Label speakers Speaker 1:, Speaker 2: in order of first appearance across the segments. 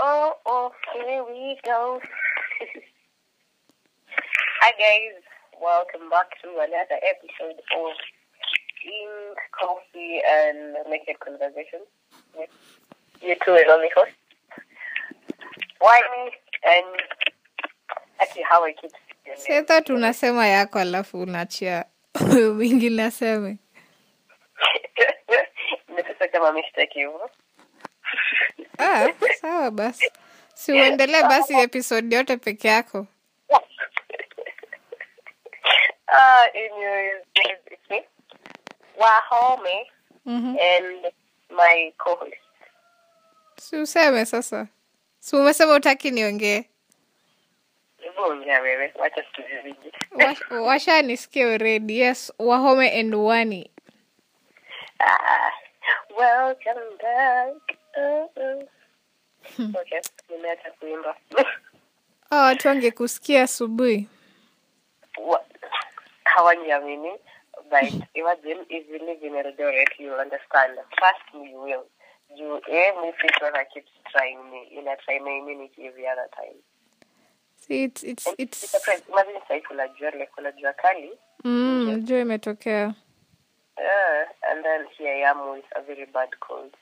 Speaker 1: Oh, oh, here we go. Hi, guys. Welcome back to another episode of Tea, Coffee, and Naked Conversation with your two and only host, Wiley, and actually, how I keep saying
Speaker 2: setha tunasema yako alafu unachia mwingine aseme
Speaker 1: it. Nimesema kama ameshtaki hivyo.
Speaker 2: ah, sawa basi si uendelee basi episode yote peke yako
Speaker 1: Uh, anyways, it's me, Wahome,
Speaker 2: Mhm.
Speaker 1: eh? and my co-host.
Speaker 2: si useme sasa si umesema utaki niongee
Speaker 1: Vunja wewe, wacha tuzizidi.
Speaker 2: Wash- washanisikia already yes wahome and wani
Speaker 1: Ah, welcome back. Oh, oh. Okay, nimeacha kuimba.
Speaker 2: oh, watu wangekusikia asubuhi
Speaker 1: Wa- Hawaniamini, but imagine if you live in Eldoret, you'll understand. Trust me, you will. You, every person keeps trying me. In a try my minute every other time.
Speaker 2: See, it's, it's, it's,
Speaker 1: Imagine sasa hivi unajua like unajua kali.
Speaker 2: mm, jua imetokea
Speaker 1: Uh, and then here I am with a very bad cold.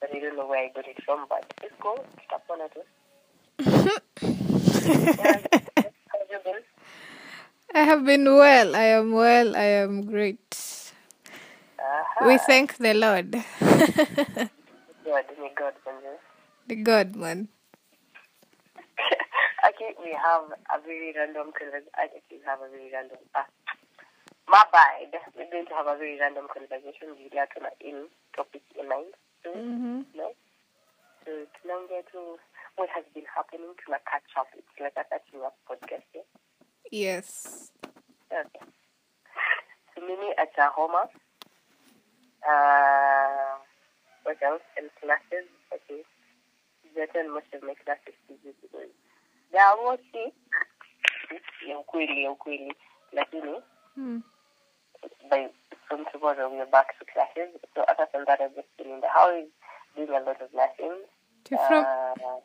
Speaker 1: But I don't know where I got it from, but it's cool. Stop on it. How have you been?
Speaker 2: I have been well. I am well. I am great.
Speaker 1: Uh-huh.
Speaker 2: We thank the Lord.
Speaker 1: God, may God bless
Speaker 2: the God, man.
Speaker 1: Okay, we have a very random conversation. I think we have a very random. Ah, my bad. We're going to have a very random conversation. We are going to in topic Hmm? in mind. So,
Speaker 2: Mm-hmm.
Speaker 1: No? So, tunaongea tu what has been happening. Tuna catch up. It's like a catching up podcast. Yeah?
Speaker 2: Yes.
Speaker 1: Okay. So mimi acha homa. Uh, what else? And classes. Okay. That and most of my classes physics because they are all sick. Ya ukweli, ya ukweli. Lakini,
Speaker 2: Mm.
Speaker 1: by from tomorrow we are back to classes. So other than that, I've just been in the house doing a lot of nothing.
Speaker 2: To from
Speaker 1: Uh,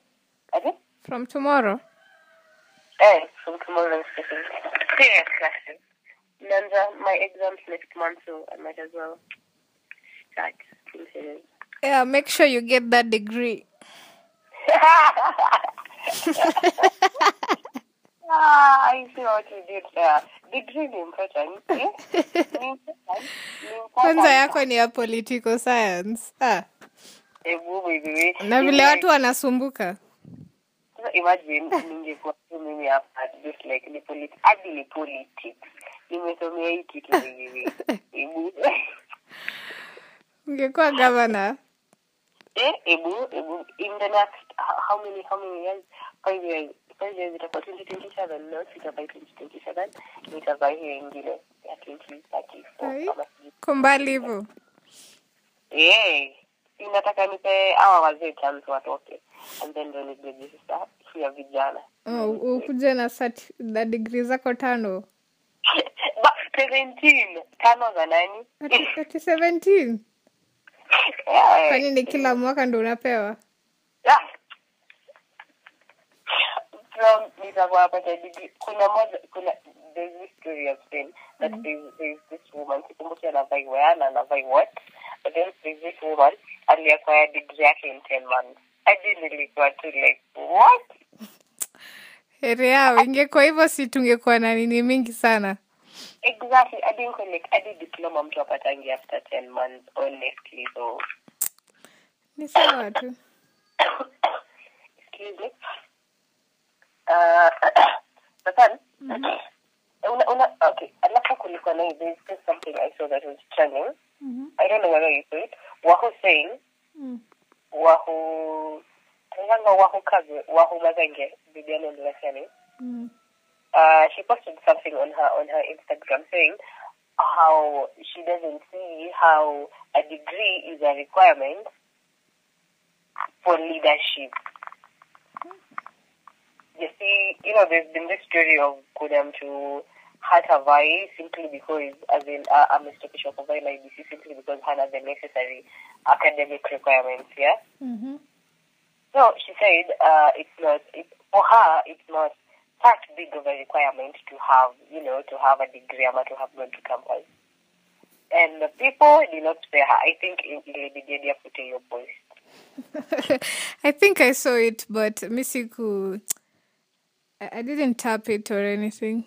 Speaker 1: I think,
Speaker 2: from tomorrow.
Speaker 1: eh, from tomorrow I'm starting serious classes. Nanza, my exams next month, so I might as well start considering.
Speaker 2: Yeah. Make sure you get that degree.
Speaker 1: Ah, I see what you did there. Degree ni important. Eh? Ni important. Ni important.
Speaker 2: Kwanza yako ni ya political science. Ah.
Speaker 1: Ebu, wewe.
Speaker 2: Na vile watu wanasumbuka.
Speaker 1: Sasa imagine ningekuwa tu mimi hapa just like ni polit hadi ni politics nimesomea hii kitu hivi ebu
Speaker 2: Ungekuwa governor.
Speaker 1: eh ebu ebu in the next ho- how many how many years five years five years itakuwa 2027 no itakuwa 2027 nitakuwa hiyo ingine ya 2034
Speaker 2: Ai.
Speaker 1: kama sijui
Speaker 2: Kwa mbali hivyo.
Speaker 1: eh inataka nipe hawa wazee chance watoke and then ndio nije sasa ya vijana
Speaker 2: Oh, ukuje na sati, na degree zako tano.
Speaker 1: Ba- 17 tano za nani
Speaker 2: Ati ati 17.
Speaker 1: Yeah.
Speaker 2: Kwani ni kila mwaka ndo unapewa?
Speaker 1: Yeah. From nitakuwa napata degree. kuna moja kuna there's this story I've seen that there's, there's this woman sikumbuki anavai where na anavai what but then there's this woman aliacquire degree yake in 10 months hadi nilikuwa tu like what
Speaker 2: Heri yao. Ingekuwa hivyo si tungekuwa na nini mingi sana.
Speaker 1: exactly hadi niko like hadi diploma mtu apatangi after 10 months honestly so
Speaker 2: Ni sawa tu.
Speaker 1: excuse me. Uh, Nathan, Eh, una, una, okay, alafu kulikuwa na there's just something I saw that was trending.
Speaker 2: Mhm.
Speaker 1: I don't know whether you saw it. Wahu saying,
Speaker 2: Mm.
Speaker 1: Wahu, Tanganga Wahu Kazi, Wahu Mazange, Bibiano Nlasani.
Speaker 2: Mm.
Speaker 1: Uh, she posted something on her on her Instagram saying how she doesn't see how a degree is a requirement for leadership. You see, you know, there's been this story of Kudam to Hatavai simply because, as in, uh, I'm a Mr. Bishop of IBC simply because Hana the necessary academic requirements, yeah?
Speaker 2: Mhm.
Speaker 1: So So she said uh, it's not, it, for her, it's not that big of a requirement to have, you know, to have a degree or to have gone to campus. And the people did not spare her. I think ilibidia put in your voice.
Speaker 2: I think I saw it, but Misiku, I I didn't tap it or anything.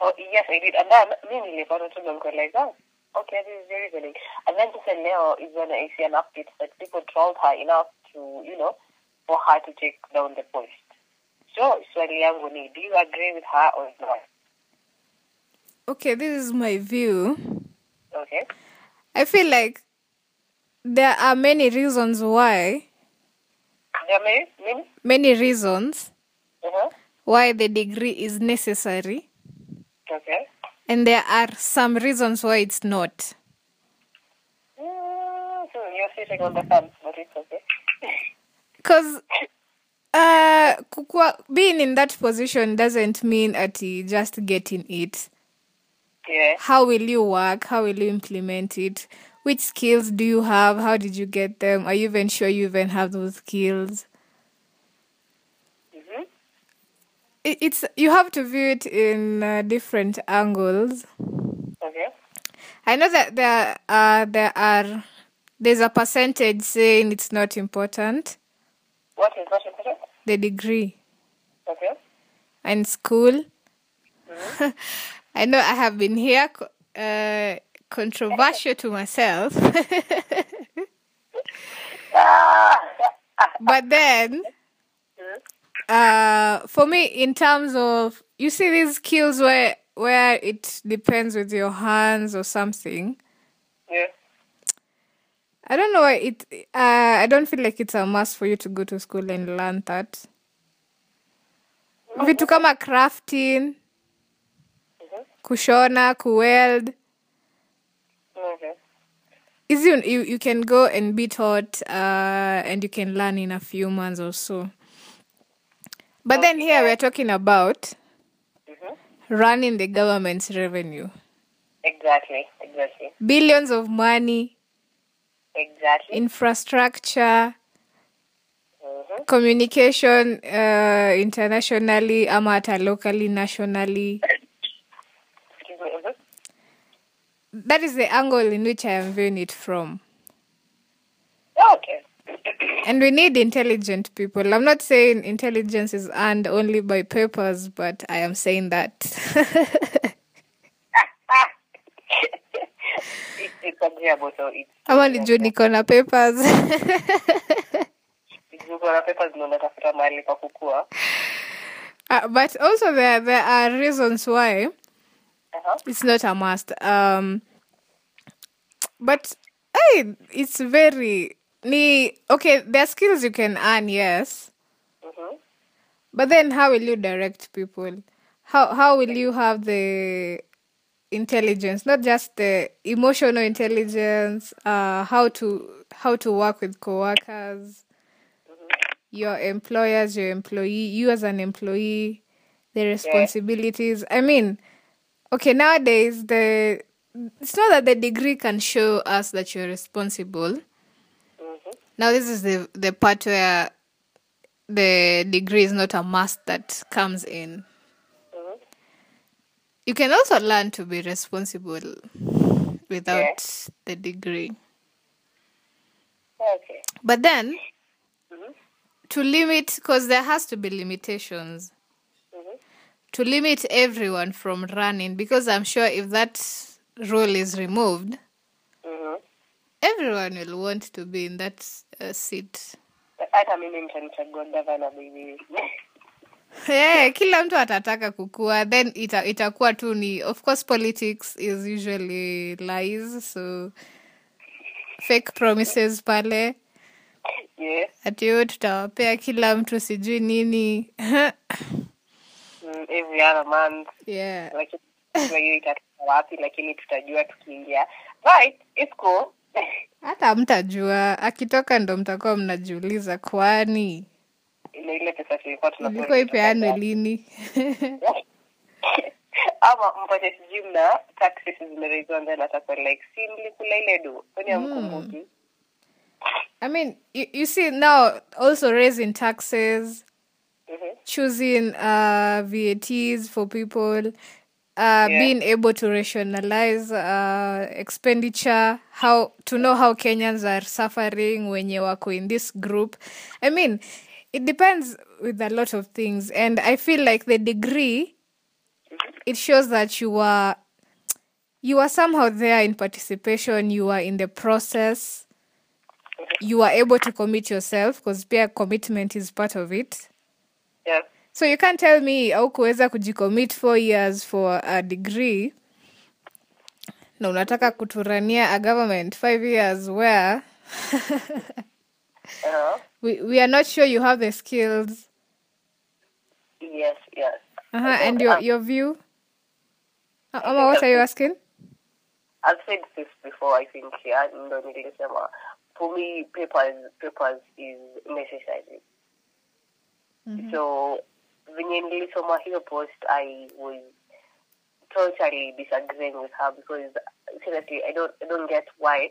Speaker 1: Oh, yes, I did. And then mimi nilipata tu niko like, oh, okay, this is very reasoning. And then just leo is when I see an update that people trolled her enough to, you know, for her to take down the post. So swali yangu ni, do you agree with her or not?
Speaker 2: Okay, this is my view.
Speaker 1: Okay.
Speaker 2: I feel like there are many reasons why,
Speaker 1: Yeah, me, me.
Speaker 2: many reasons
Speaker 1: Uh-huh.
Speaker 2: why the degree is necessary,
Speaker 1: Okay.
Speaker 2: and there are some reasons why it's not.
Speaker 1: Mm, so you're sitting on the fence, but it's okay.
Speaker 2: Because uh, kukua, being in that position doesn't mean that you just getting it.
Speaker 1: yeah.
Speaker 2: How will you work? How will you implement it? Which skills do you have? How did you get them? Are you even sure you even have those skills?
Speaker 1: Mm-hmm.
Speaker 2: It, it's you have to view it in uh, different angles.
Speaker 1: Okay.
Speaker 2: I know that there are there are there's a percentage saying it's not important
Speaker 1: What is not important?
Speaker 2: the degree
Speaker 1: Okay.
Speaker 2: and school. I know I have been here co- uh, controversial to myself,
Speaker 1: Ah!
Speaker 2: but then
Speaker 1: Mhm.
Speaker 2: uh, for me, in terms of you see these skills where where it depends with your hands or something.
Speaker 1: yeah.
Speaker 2: I don't know. why It. Uh, I don't feel like it's a must for you to go to school and learn that. Vitu kama crafting,
Speaker 1: Mhm.
Speaker 2: kushona, kuweld.
Speaker 1: Okay.
Speaker 2: Is you, you you can go and be taught, uh, and you can learn in a few months or so. But then here we're talking about
Speaker 1: Mm-hmm.
Speaker 2: running the government's revenue,
Speaker 1: Exactly. Exactly.
Speaker 2: billions of money,
Speaker 1: Exactly.
Speaker 2: infrastructure,
Speaker 1: Mm-hmm.
Speaker 2: communication uh, internationally, ama hata locally, nationally.
Speaker 1: Excuse me. Mm-hmm.
Speaker 2: That is the angle in which I am viewing it from.
Speaker 1: Oh, okay.
Speaker 2: And we need intelligent people. I'm not saying intelligence is earned only by papers, but I am saying that.
Speaker 1: Ah. it's disagreeable, so it's
Speaker 2: ama nijuu niko na papers
Speaker 1: uko na papers na unatafuta mahali pa kukua.
Speaker 2: uh, but also there, there are reasons why
Speaker 1: Uh-huh.
Speaker 2: it's not a must um, but hey, it's very ni okay there are skills you can earn yes
Speaker 1: Mm-hmm.
Speaker 2: But then how will you direct people? How how will you have the intelligence, not just the emotional intelligence, uh how to how to work with coworkers, your employers, your employee, you as an employee, the responsibilities. I mean, okay, nowadays the it's not that the degree can show us that you're responsible.
Speaker 1: Mm-hmm.
Speaker 2: Now this is the the part where the degree is not a must that comes in.
Speaker 1: Mm-hmm.
Speaker 2: You can also learn to be responsible without the degree.
Speaker 1: Okay.
Speaker 2: But then
Speaker 1: Mm-hmm.
Speaker 2: to limit because there has to be limitations
Speaker 1: Mm-hmm.
Speaker 2: to limit everyone from running because I'm sure if that rule is removed,
Speaker 1: Mm-hmm.
Speaker 2: everyone will want to be in that uh, seat.
Speaker 1: Hata mimi mtanichagua gavana baby.
Speaker 2: Yeah, Eh, kila mtu atataka kukua then ita, itakuwa tu ni of course politics is usually lies so fake promises pale
Speaker 1: yeah.
Speaker 2: ati huyo tutawapea kila mtu sijui nini
Speaker 1: Mm, every other month.
Speaker 2: yeah
Speaker 1: Lakini tunajua hiyo itatoka wapi lakini tutajua tukiingia. Right, it's cool.
Speaker 2: hata mtajua akitoka ndo mtakuwa mnajiuliza kwani
Speaker 1: ile ile pesa tulikuwa tunapewa
Speaker 2: ilikuwa
Speaker 1: ilitoka
Speaker 2: ipeanwe
Speaker 1: wapi?
Speaker 2: lini
Speaker 1: ama mpate sijui mna taxes zimerejwa ndani atakuwa like si mlikula ile do kwani amkumbuki
Speaker 2: I mean, you, you see now also raising taxes, Hmm.
Speaker 1: Mhm.
Speaker 2: choosing uh, VATs for people, uh, being able to rationalize uh, expenditure, how to know how Kenyans are suffering when you wako in this group. I mean, it depends with a lot of things, and I feel like the degree it shows that you are you are somehow there in participation. You are in the process. You are able to commit yourself because peer commitment is part of it.
Speaker 1: Yeah.
Speaker 2: So you can't tell me aukuweza kujicommit four years for a degree na unataka kuturania a government five years where
Speaker 1: Uh-huh.
Speaker 2: we, we are not sure you have the skills
Speaker 1: Yes, yes.
Speaker 2: uh-huh,
Speaker 1: I think
Speaker 2: and your,
Speaker 1: I've-
Speaker 2: your view. A-
Speaker 1: I
Speaker 2: Ama,
Speaker 1: think
Speaker 2: what are
Speaker 1: I've-
Speaker 2: you asking?
Speaker 1: I've said this before, I think, yeah, no needing summer. For me, papers, papers is necessary. So, venye nilisoma hiyo post, I was totally disagreeing with her because seriously, I don't, I don't get why.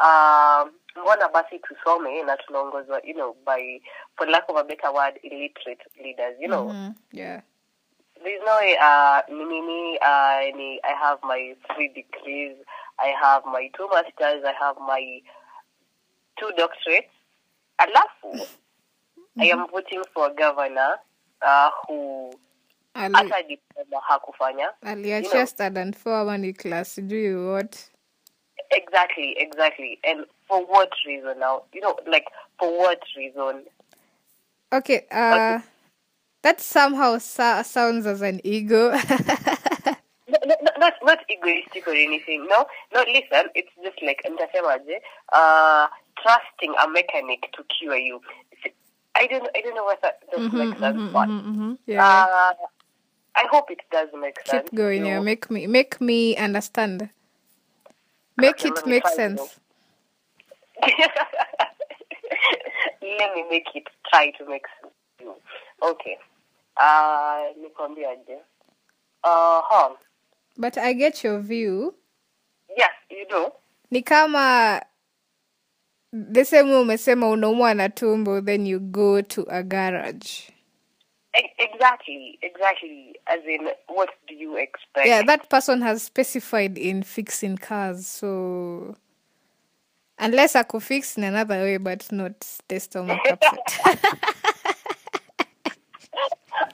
Speaker 1: Um, mbona basi tusome na tunaongozwa you know by for lack of a better word illiterate leaders you know
Speaker 2: Mhm, Yeah.
Speaker 1: there's no way, uh, me, me, me, uh, any, I have my three degrees, I have my two masters, I have my two doctorates. Alafu, I am voting for a governor uh, who
Speaker 2: Ali,
Speaker 1: hata diploma hakufanya.
Speaker 2: aliachia
Speaker 1: You know.
Speaker 2: standard four ama ni class sijui what.
Speaker 1: Exactly, exactly. And for what reason now? You know, like, for what reason?
Speaker 2: Okay, uh, that somehow sa- sounds as an ego.
Speaker 1: No, no, no, not not egoistic or anything. No, no. Listen, it's just like nitasemaje, uh, trusting a mechanic to cure you. S- I don't, I don't know what that does make sense, but
Speaker 2: mm-hmm. Yeah.
Speaker 1: uh, I hope it does make sense.
Speaker 2: keep going yeah
Speaker 1: to-
Speaker 2: make me make me understand make
Speaker 1: Okay,
Speaker 2: it
Speaker 1: let me
Speaker 2: make
Speaker 1: try to-
Speaker 2: sense
Speaker 1: Let me make it try to make sense. to you. Okay. Uh, nikwambiaje? Uh huh.
Speaker 2: but i get your view
Speaker 1: Yes, you know.
Speaker 2: ni kama the same way umesema unaumwa na tumbo then you go to a garage
Speaker 1: E- Exactly, exactly. As in, what do you expect?
Speaker 2: yeah that person has specified in fixing cars so unless i could fix in another way but not the stomach upset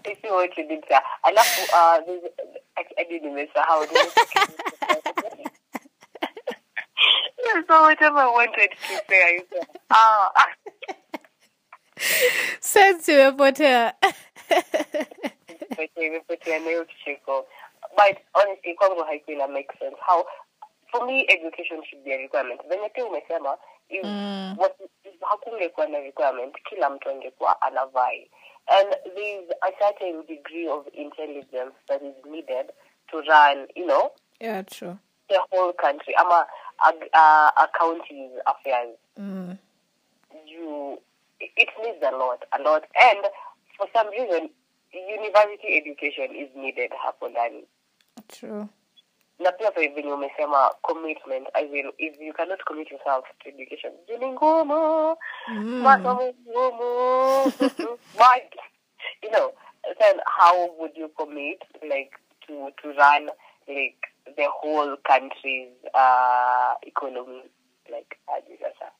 Speaker 1: I see what you did there. Alafu, uh, there's- I, I didn't miss how it was. That's not whatever I wanted to say. I said, ah, ah,
Speaker 2: sense imepotea
Speaker 1: but we put your nail chico. But honestly, Congo Haikula makes sense. How, for me, education should be a requirement. When I tell umesema, if
Speaker 2: Mm.
Speaker 1: what if hakungekuwa na requirement, kila mtu angekuwa anavai. And there's a certain degree of intelligence that is needed to run, you know,
Speaker 2: yeah true
Speaker 1: the whole country. I'm a, a, a, a county's affairs.
Speaker 2: mm.
Speaker 1: You, it needs a lot, a lot. And for some reason, university education is needed hapo ndani.
Speaker 2: true
Speaker 1: Na pia vile venye umesema commitment, I will, if you cannot commit yourself to education, juu ni ngumu, masomo ni ngumu. Why? You know, then how would you commit, like, to, to run, like, the whole country's uh, economy? Like, aje sasa?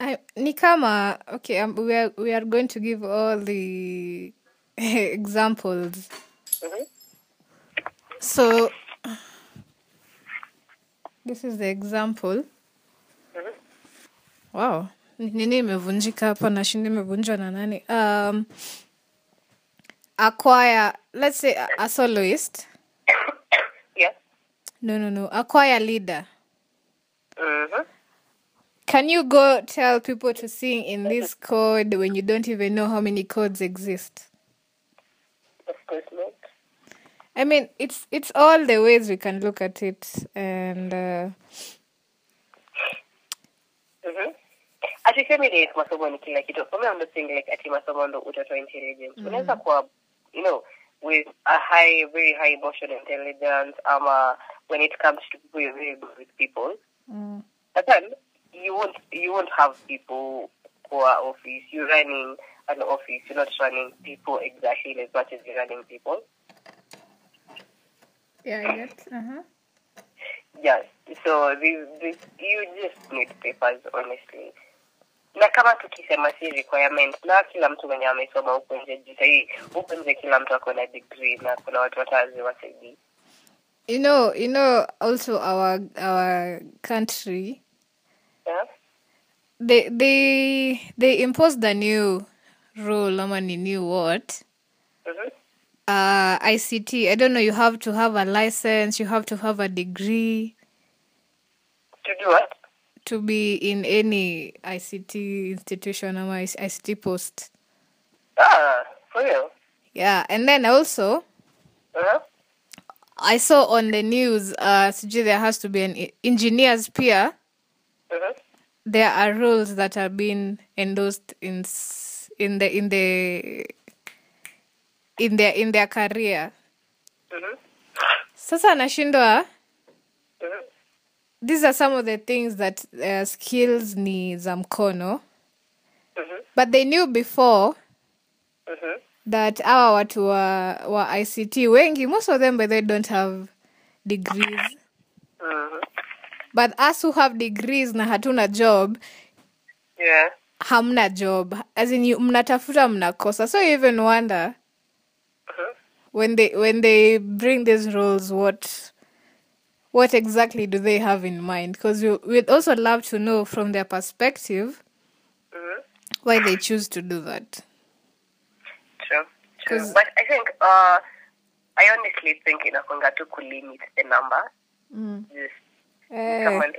Speaker 2: I, ni kama okay um, we, are, we are going to give all the examples
Speaker 1: Mhm.
Speaker 2: so this is the example
Speaker 1: Mhm.
Speaker 2: wow Ni- nini imevunjika hapa na shindi imevunjwa na nani um, acquire let's say a, a soloist
Speaker 1: Yeah.
Speaker 2: no no no acquire leader
Speaker 1: Mhm.
Speaker 2: can you go tell people to sing in this code when you don't even know how many codes exist
Speaker 1: Of course not.
Speaker 2: I mean, it's it's all the ways we can look at it, and uh,
Speaker 1: Mhm. atisemi ni eti masomo ni kila kitu some of the thing like ati masomo ndo utatoa intelligence unaweza kuwa you know with a high very high emotional
Speaker 2: Mm.
Speaker 1: intelligence ama when it comes to people you're very good with people but then you won't you won't have people who are office. You're running an office. You're not running people exactly as much as you're running people.
Speaker 2: Yeah, I get. Uh-huh.
Speaker 1: Yes. So this, this, you just need papers honestly. na kama tukisema si requirement na kila mtu mwenye amesoma huku nje juu sahii huku nje kila mtu ako na degree na kuna watu watazi wasaidii
Speaker 2: You know, you know. Also, our our country
Speaker 1: yeah?
Speaker 2: they they they imposed a new rule. I mean, new what?
Speaker 1: mm-hmm.
Speaker 2: Uh, ICT. I don't know. You have to have a license. You have to have a degree
Speaker 1: to do what
Speaker 2: to be in any ICT institution or ICT post.
Speaker 1: ah for real
Speaker 2: Yeah, and then also
Speaker 1: uh-huh.
Speaker 2: I saw on the news, uh, sijui there has to be an e- engineers peer.
Speaker 1: Mm-hmm.
Speaker 2: There are rules that have been endorsed in s- in the in the in their in their career.
Speaker 1: Mm-hmm.
Speaker 2: Sasa nashindwa
Speaker 1: Mm-hmm.
Speaker 2: these are some of the things that uh, skills ni za mkono
Speaker 1: Mm-hmm.
Speaker 2: but they knew before
Speaker 1: Mm-hmm.
Speaker 2: that our watu wa, wa ict wengi most of them by they don't have degrees
Speaker 1: Mm-hmm.
Speaker 2: but us who have degrees na hatuna job
Speaker 1: yeah
Speaker 2: hamna job as in you, mnatafuta mnakosa so you even wonder
Speaker 1: mm-hmm.
Speaker 2: when they when they bring these rules what what exactly do they have in mind because we, we'd also love to know from their perspective
Speaker 1: Mm-hmm.
Speaker 2: why they choose to do that
Speaker 1: True, true.
Speaker 2: 'Cause-
Speaker 1: But I think, uh, I honestly think inakwanga tu kulimit the number.
Speaker 2: mm.
Speaker 1: Just ni
Speaker 2: eh,
Speaker 1: kama-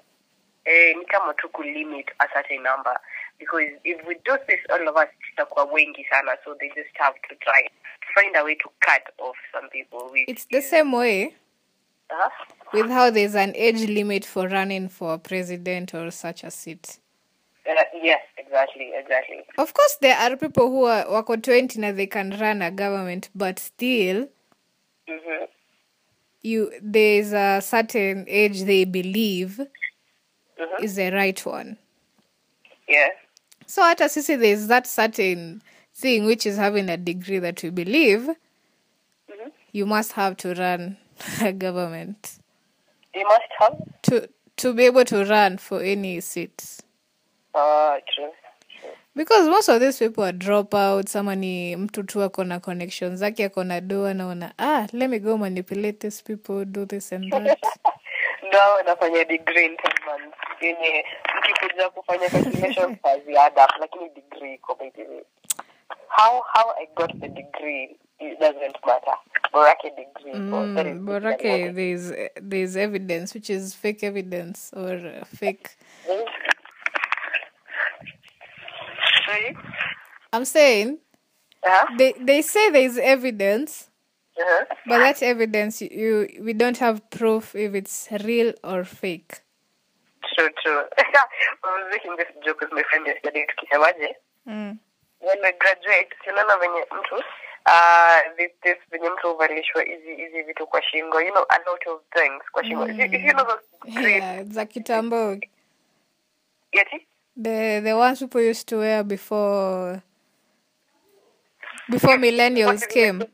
Speaker 1: eh, ni kama tu kulimit a certain number because if we do this all of us tutakuwa wengi sana so they just have to try to find a way to cut off some people which
Speaker 2: it's the
Speaker 1: is-
Speaker 2: same way
Speaker 1: Huh?
Speaker 2: with how there's an age limit for running for president or such a seat
Speaker 1: Uh, yes exactly exactly
Speaker 2: of course there are people who are wako 20 na they can run a government but still
Speaker 1: mm-hmm.
Speaker 2: you there's a certain age they believe
Speaker 1: Mm-hmm.
Speaker 2: is the right one
Speaker 1: yeah
Speaker 2: so hata sisi there's that certain thing which is having a degree that we believe
Speaker 1: mm-hmm.
Speaker 2: you must have to run a government
Speaker 1: they must have
Speaker 2: to to be able to run for any seat
Speaker 1: uh, true
Speaker 2: because most of these people are dropouts ama ni mtu tu ako na connections zake ako na do anaona ah let me go manipulate these people do this and that
Speaker 1: ndo anafanya degree in ten months yenye mkikuja kufanya calculation kazi ada lakini degree iko by the way. how how i got the degree it doesn't matter borake degree
Speaker 2: Mm, borake there's there's evidence which is fake evidence or uh, fake
Speaker 1: Sorry?
Speaker 2: i'm saying
Speaker 1: Huh?
Speaker 2: they they say there's evidence
Speaker 1: Uh-huh.
Speaker 2: but that evidence you, you we don't have proof if it's real or fake
Speaker 1: True, true. I was making this joke with my friend yesterday tukisemaje
Speaker 2: mm.
Speaker 1: when we graduate sinaona venye mtu uh, this, this venye mtu huvalishwa hizi hizi vitu kwa shingo you know a lot of things kwa shingo If you- if you know
Speaker 2: Mm.
Speaker 1: those great
Speaker 2: yeah za kitambo
Speaker 1: yeti
Speaker 2: the the ones people used to wear before before millennials came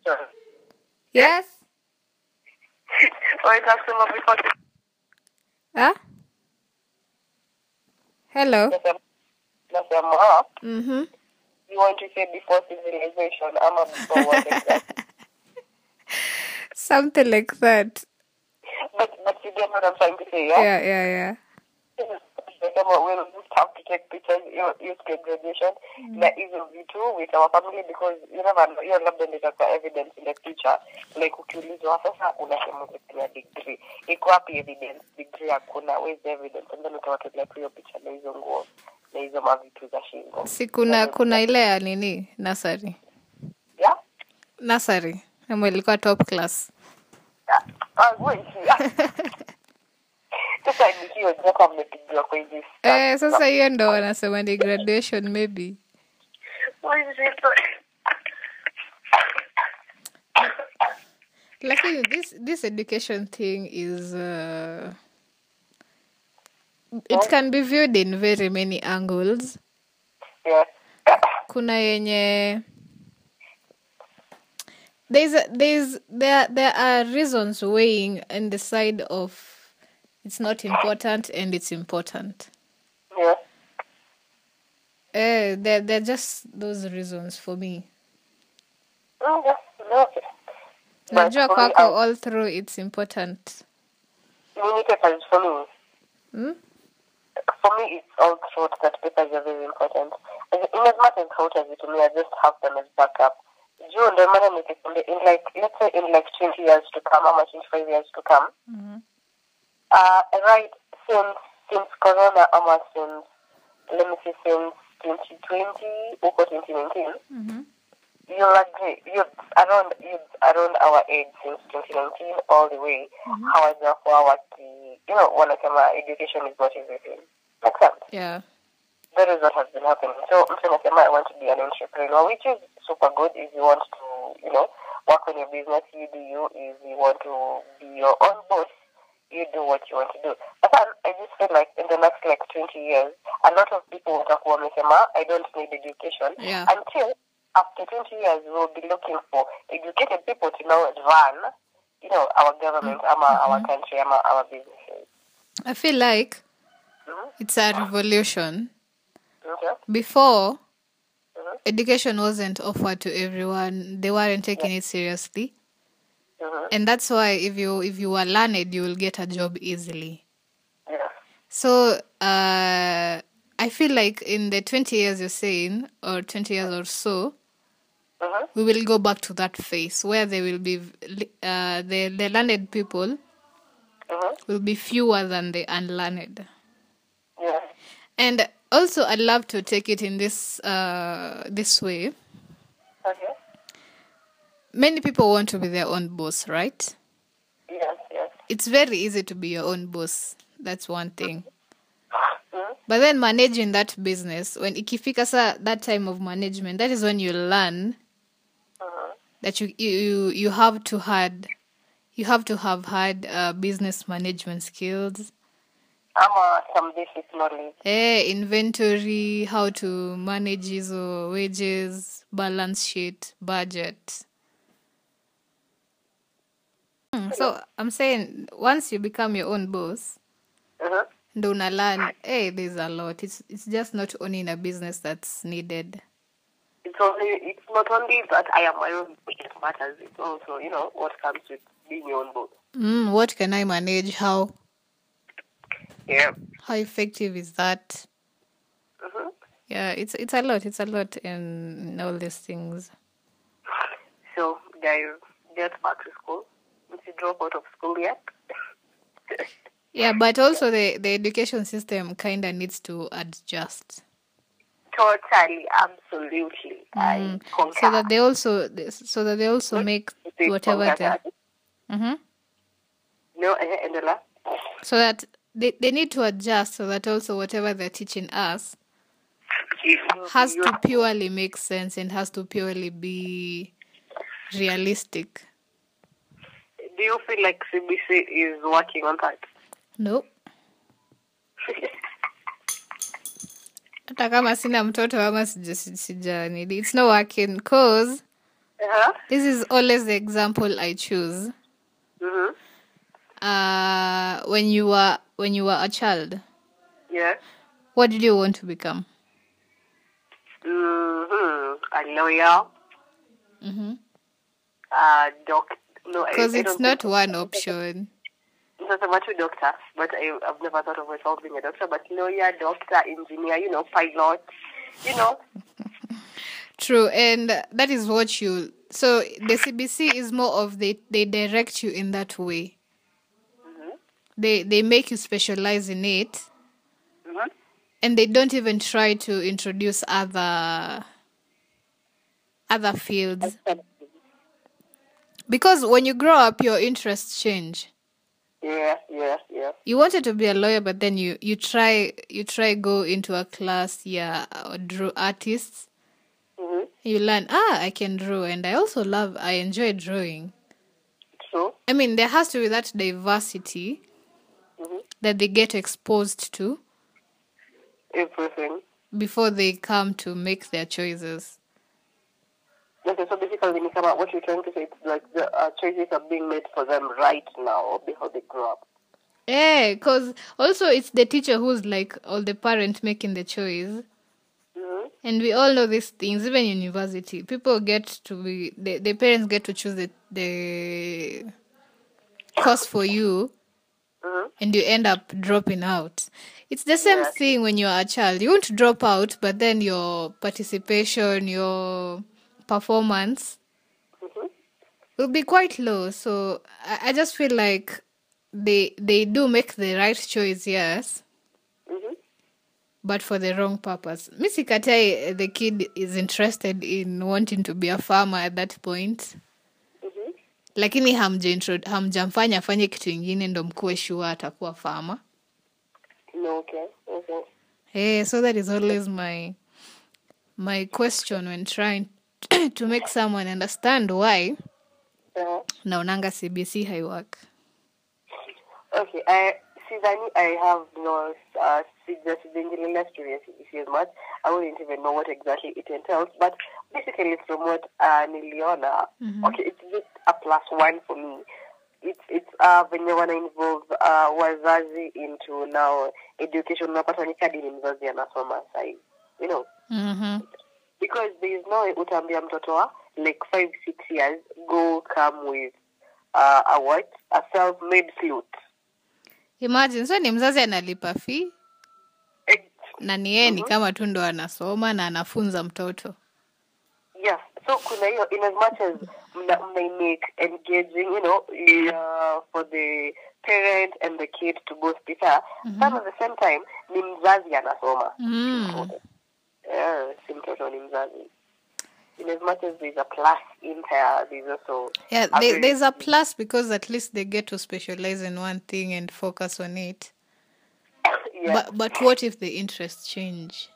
Speaker 2: yes
Speaker 1: waitasema before
Speaker 2: huh? hello
Speaker 1: nasema nasema
Speaker 2: mm-hmm.
Speaker 1: you want to say before civilization ama before what exactly?
Speaker 2: something like that
Speaker 1: but but you get what I'm trying to say, yeah?
Speaker 2: yeah yeah yeah
Speaker 1: Kama we'll just have to take pictures you use your graduation na hizo vitu with our family because you never know, hiyo labda ndio itakuwa evidence in the future like ukiulizwa sasa unasema umefanya degree iko wapi evidence degree hakuna where's evidence and then utawatolea tu hiyo picha na hizo nguo na hizo mavitu za shingo
Speaker 2: si kuna kuna ile ya nini nasari
Speaker 1: yeah
Speaker 2: nasari ama ilikuwa top class
Speaker 1: Ah, wait, yeah. sasa ni hiyo joka mmepigiwa kwa hizi
Speaker 2: eh, sasa hiyo ndo wanasema ni graduation maybe lakini this, this education thing is uh, it can be viewed in very many angles
Speaker 1: yes
Speaker 2: kuna yenye there's a, there's there there are reasons weighing in the side of it's not important and it's important
Speaker 1: yes
Speaker 2: uh, there there are just those reasons for me
Speaker 1: Mm, yes okay But
Speaker 2: najua
Speaker 1: for me,
Speaker 2: kwako
Speaker 1: I-
Speaker 2: all through it's important
Speaker 1: mimi papers for me
Speaker 2: hmm?
Speaker 1: for me, it's all thought that papers are very important. As, in as much as thought as it may, I just have them as backup. Juu ndio maana nikikunde in like let's say in like 20 years to come ama 25 years to come
Speaker 2: Mhm.
Speaker 1: uh, right since since corona ama since let me say since 2020 huko 2019
Speaker 2: Mhm.
Speaker 1: you'll agree youth around youth around our age since 2019 all the way hawajakuwa waki you know wanasema education is not everything makes sense
Speaker 2: yeah
Speaker 1: that is what has been happening. So mtu anasema I want to be an entrepreneur, which is super good if you want to, you know, work on your business, you do you. If you want to be your own boss, you do what you want to do. But I, I just feel like in the next like 20 years, a lot of people watakuwa wamesema I don't need education
Speaker 2: Yeah.
Speaker 1: until after 20 years we will be looking for educated people to now run, you know, our government, ama our country, ama our businesses.
Speaker 2: i feel like
Speaker 1: Mhm.
Speaker 2: it's a revolution
Speaker 1: Okay?
Speaker 2: before
Speaker 1: Mhm.
Speaker 2: education wasn't offered to everyone they weren't taking it seriously
Speaker 1: Mhm.
Speaker 2: and that's why if you if you are learned you will get a job easily
Speaker 1: Yes.
Speaker 2: so uh i feel like in the 20 years you're saying or 20 years or so
Speaker 1: Mhm.
Speaker 2: we will go back to that phase where there will be uh the, the learned people
Speaker 1: Mhm.
Speaker 2: will be fewer than the unlearned
Speaker 1: Yes.
Speaker 2: and also i love to take it in this uh this way
Speaker 1: Okay.
Speaker 2: many people want to be their own boss right
Speaker 1: Yes, yes.
Speaker 2: it's very easy to be your own boss that's one thing
Speaker 1: Mm,
Speaker 2: but then managing that business when ikifika sa that time of management that is when you learn
Speaker 1: mhm.
Speaker 2: that you you you you have to had you have to have had uh, business management skills
Speaker 1: I'm uh, some basic knowledge.
Speaker 2: eh inventory how to manage hizo wages balance sheet budget Hmm, so i'm saying once you become your own boss
Speaker 1: Mm-hmm.
Speaker 2: ndo una learn hey there's a lot it's, it's just not owning a business that's needed
Speaker 1: It's only it's not only that I am my own boss that matters. It's also you know what comes with being your own boss.
Speaker 2: mm, what can i manage how
Speaker 1: Yeah.
Speaker 2: how effective is that
Speaker 1: Mm-hmm.
Speaker 2: yeah it's it's a lot it's a lot in, in all these things
Speaker 1: So guys, get back to school. If you drop out of school yet,
Speaker 2: yeah but also the the education system kind of needs to adjust
Speaker 1: totally, absolutely, I concur.
Speaker 2: Hmm. so that they also so that they also make
Speaker 1: They
Speaker 2: whatever
Speaker 1: concur
Speaker 2: they
Speaker 1: that.
Speaker 2: hmm
Speaker 1: No, eh, and the last.
Speaker 2: so that they, they need to adjust so that also whatever they're teaching us
Speaker 1: It will
Speaker 2: has
Speaker 1: be
Speaker 2: to purely make sense and has to purely be realistic
Speaker 1: your- Do you feel like CBC is working on that?
Speaker 2: no hata kama sina mtoto ama sija- si- sijanini it's not working cause
Speaker 1: uh-huh.
Speaker 2: this is always the example i choose
Speaker 1: Mm-hmm.
Speaker 2: uh, when you were when you were a child
Speaker 1: Yeah.
Speaker 2: what did you want to become
Speaker 1: Mm-hmm. A lawyer, a doctor. Uh, No, I,
Speaker 2: because
Speaker 1: I
Speaker 2: Mm-hmm. it's
Speaker 1: don't
Speaker 2: not
Speaker 1: think,
Speaker 2: one option
Speaker 1: Not about two doctor, but I, I've never thought of myself being a doctor. But lawyer, doctor, engineer, you know, pilot, you know.
Speaker 2: True, and that is what you. So the CBC is more of they they direct you in that way. They they make you specialize in it,
Speaker 1: Mm-hmm.
Speaker 2: and they don't even try to introduce other other fields because when you grow up, your interests change.
Speaker 1: Yeah, yeah, yeah.
Speaker 2: You wanted to be a lawyer, but then you you try you try go into a class, yeah, or draw artists.
Speaker 1: Mm-hmm.
Speaker 2: You learn ah, I can draw, and I also love I enjoy drawing.
Speaker 1: True.
Speaker 2: I mean, there has to be that diversity
Speaker 1: Mm-hmm.
Speaker 2: that they get exposed to
Speaker 1: Everything.
Speaker 2: before they come to make their choices.
Speaker 1: Okay, so basically, when you come out, what you're trying to say is like the uh, choices are being made for them right now before they grow up.
Speaker 2: Yeah, because Eh, also it's the teacher who's like or the parent making the choice.
Speaker 1: Mm-hmm.
Speaker 2: And we all know these things, even university. People get to be the, the parents get to choose the, the course for you
Speaker 1: Mm-hmm.
Speaker 2: and you end up dropping out. It's the same thing when you're a child. You won't drop out, but then your participation, your performance
Speaker 1: Mm-hmm.
Speaker 2: will be quite low. So I, I just feel like they they do make the right choice, yes,
Speaker 1: Mm-hmm.
Speaker 2: but for the wrong purpose. Missy Katai, the kid is interested in wanting to be a farmer at that point.
Speaker 1: Mm-hmm.
Speaker 2: lakini hamjaintro- hamjamfanya afanye kitu ingine ndo mkuwe shua atakuwa farmer.
Speaker 1: No, okay. Okay.
Speaker 2: Hey, so that is always my my question when trying to make someone understand why
Speaker 1: Uh-huh.
Speaker 2: naonanga CBC haiwork.
Speaker 1: Okay, I Sidhani, I have no uh, sijaingilia story ya CBC as much. I wouldn't even know what exactly it entails, but basically from what uh, niliona, okay, it's just a plus one for me. It's it's uh, venye wana involve uh, wazazi into now education. Unapata ni kadi ni mzazi anasoma sahi, you know
Speaker 2: Mhm.
Speaker 1: because there is no way utaambia mtoto wa like five six years go come with uh, a what a self made flute.
Speaker 2: Imagine so ni mzazi analipa fee
Speaker 1: It's-
Speaker 2: na ni yeye ni kama tu ndo anasoma na anafunza mtoto.
Speaker 1: Yeah, so kuna hiyo in as much as mna, mna make engaging, you know, uh, for the parent and the kid to both be fair,
Speaker 2: Mm-hmm.
Speaker 1: but at the same time ni mzazi anasoma.
Speaker 2: Mm.
Speaker 1: Yeah, si mtoto ni mzazi. In as much as there's a plus in there, there's also
Speaker 2: Yeah,
Speaker 1: a
Speaker 2: they,
Speaker 1: very-
Speaker 2: there's a plus because at least they get to specialize in one thing and focus on it.
Speaker 1: yeah.
Speaker 2: But but what if the interests change?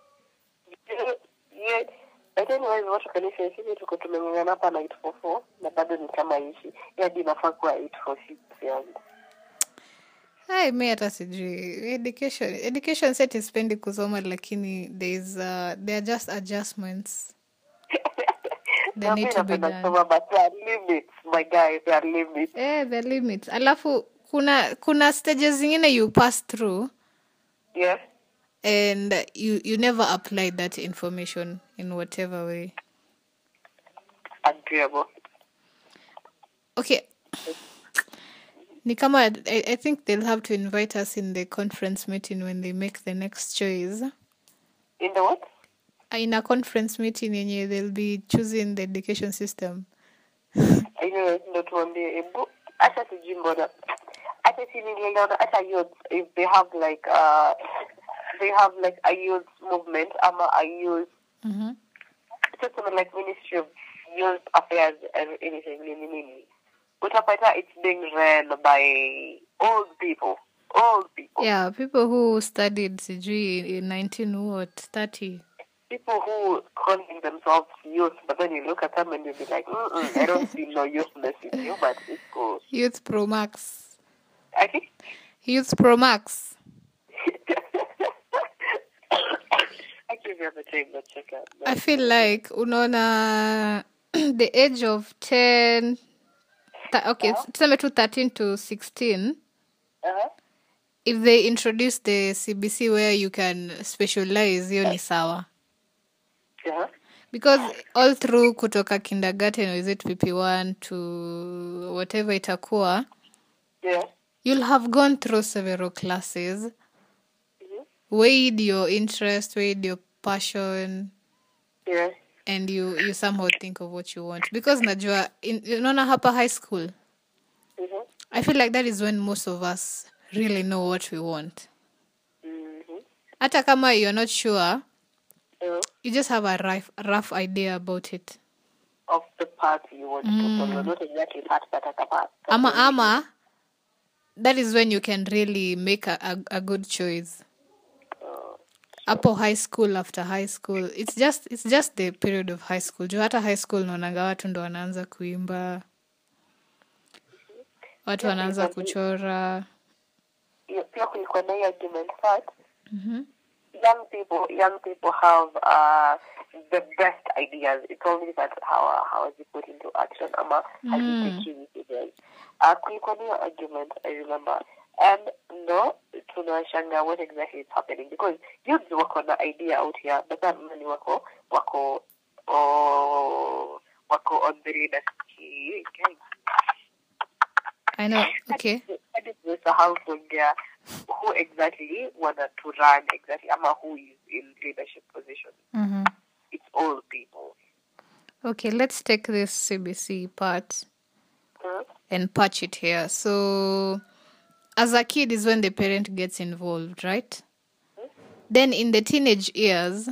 Speaker 1: Yeah, I don't know hivyo watu kanisa sisi tuko tumeng'ang'ana hapa na 844 na bado ni kama hishi. Yaani inafaa kuwa 846 yangu.
Speaker 2: Hi, mi hata sijui education education set ispendi kusoma lakini there is uh, there are just adjustments that
Speaker 1: Na mimi
Speaker 2: need to be
Speaker 1: napenda
Speaker 2: done
Speaker 1: kusoma but there are limits, my guy, there are limits.
Speaker 2: eh the limits alafu kuna kuna stages zingine you pass through
Speaker 1: Yeah.
Speaker 2: and you you never apply that information in whatever way
Speaker 1: Agreeable.
Speaker 2: okay ni kama I, I think they'll have to invite us in the conference meeting when they make the next choice
Speaker 1: In the what?
Speaker 2: in a conference meeting yenye they'll be choosing the education system
Speaker 1: Anyway, ndo tuambie ebu acha sijui mbona acha si niliona acha youth if they have like uh they have like a youth movement ama a youth
Speaker 2: mm-hmm.
Speaker 1: just sort of like Ministry of Youth Affairs and anything, nini, nini. Utapata it's being ran by old people, old people,
Speaker 2: Yeah, people who studied sijui in 19 what 30.
Speaker 1: people who calling themselves youth, but then you look at them and you be like, Mm-mm, I don't see no youthness in you, but it's cool.
Speaker 2: Youth Pro Max.
Speaker 1: I think
Speaker 2: Youth Pro Max.
Speaker 1: I give you the time to check out.
Speaker 2: I feel like unaona the age of 10 th- okay, tuseme tu 13 to 16
Speaker 1: Uh-huh.
Speaker 2: if they introduce the CBC where you can specialize hiyo ni sawa.
Speaker 1: Uh-huh.
Speaker 2: Because all through kutoka kindergarten or is it PP1 to whatever itakuwa
Speaker 1: Yeah.
Speaker 2: you'll have gone through several classes.
Speaker 1: Mhm.
Speaker 2: weighed your interest, weighed your passion,
Speaker 1: Yeah.
Speaker 2: and you you somehow think of what you want. Because najua in unaona hapa high school,
Speaker 1: Mhm.
Speaker 2: I feel like that is when most of us really know what we want.
Speaker 1: Mhm.
Speaker 2: Hata kama you're not sure,
Speaker 1: Uh,
Speaker 2: you just have a rough rough idea about it.
Speaker 1: Of the path you want to follow, not exactly part, but at the path.
Speaker 2: Ama ama, that is when you can really make a, a, a good choice.
Speaker 1: Uh,
Speaker 2: Hapo high school after high school, it's just it's just the period of high school. Juu hata high school naonanga watu ndo wanaanza kuimba. watu wanaanza kuchora
Speaker 1: hiyo- pia kulikuwa na hii argument part
Speaker 2: Mm-hmm.
Speaker 1: young people young people have uh, the best ideas it's only that how uh, how they put into action ama hazifikiwi vizuri. uh, kulikuwa na hiyo argument i remember and no tunashanga what exactly is happening because youths wako na idea out here but that mani wako wako oh, wako on the radar. Ki- ki-
Speaker 2: I know. Okay.
Speaker 1: hadi tumesahau kuongea who exactly wana to run exactly ama who is in leadership position
Speaker 2: Mm-hmm.
Speaker 1: it's all people
Speaker 2: Okay, let's take this CBC part
Speaker 1: Hmm?
Speaker 2: and patch it here. So, as a kid is when the parent gets involved, right? Then in the teenage years,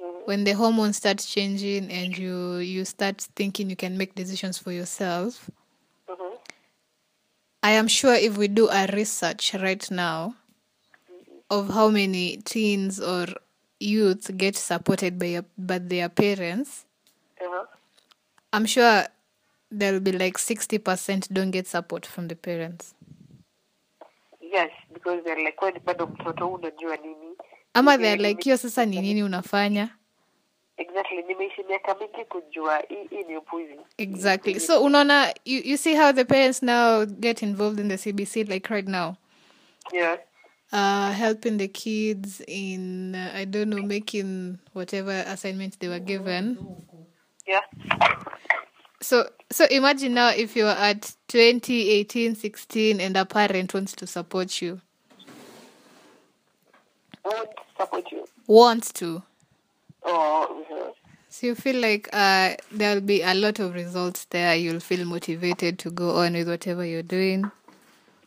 Speaker 1: Mhm.
Speaker 2: when the hormones start changing and you you start thinking you can make decisions for yourself,
Speaker 1: Mhm.
Speaker 2: I am sure if we do a research right now of how many teens or youth get supported by your- by their parents,
Speaker 1: Uh-huh.
Speaker 2: I'm sure there'll be like 60% don't get support from the parents.
Speaker 1: yes because they're like "Wewe bado mtoto unajua nini
Speaker 2: Ama
Speaker 1: Nime-
Speaker 2: they're like hiyo sasa ni nini unafanya?
Speaker 1: exactly nimeishi miaka mingi kujua hii hii ni upuzi
Speaker 2: Exactly. So unaona you, you see how the parents now get involved in the CBC like right now.
Speaker 1: yeah
Speaker 2: uh, helping the kids in uh, I don't know making whatever assignment they were given.
Speaker 1: yeah
Speaker 2: So so imagine now if you're at 20, 18, 16 and a parent wants to support you.
Speaker 1: would support you
Speaker 2: Wants to.
Speaker 1: oh mhm.
Speaker 2: So you feel like uh, there'll be a lot of results there. You'll feel motivated to go on with whatever you're doing.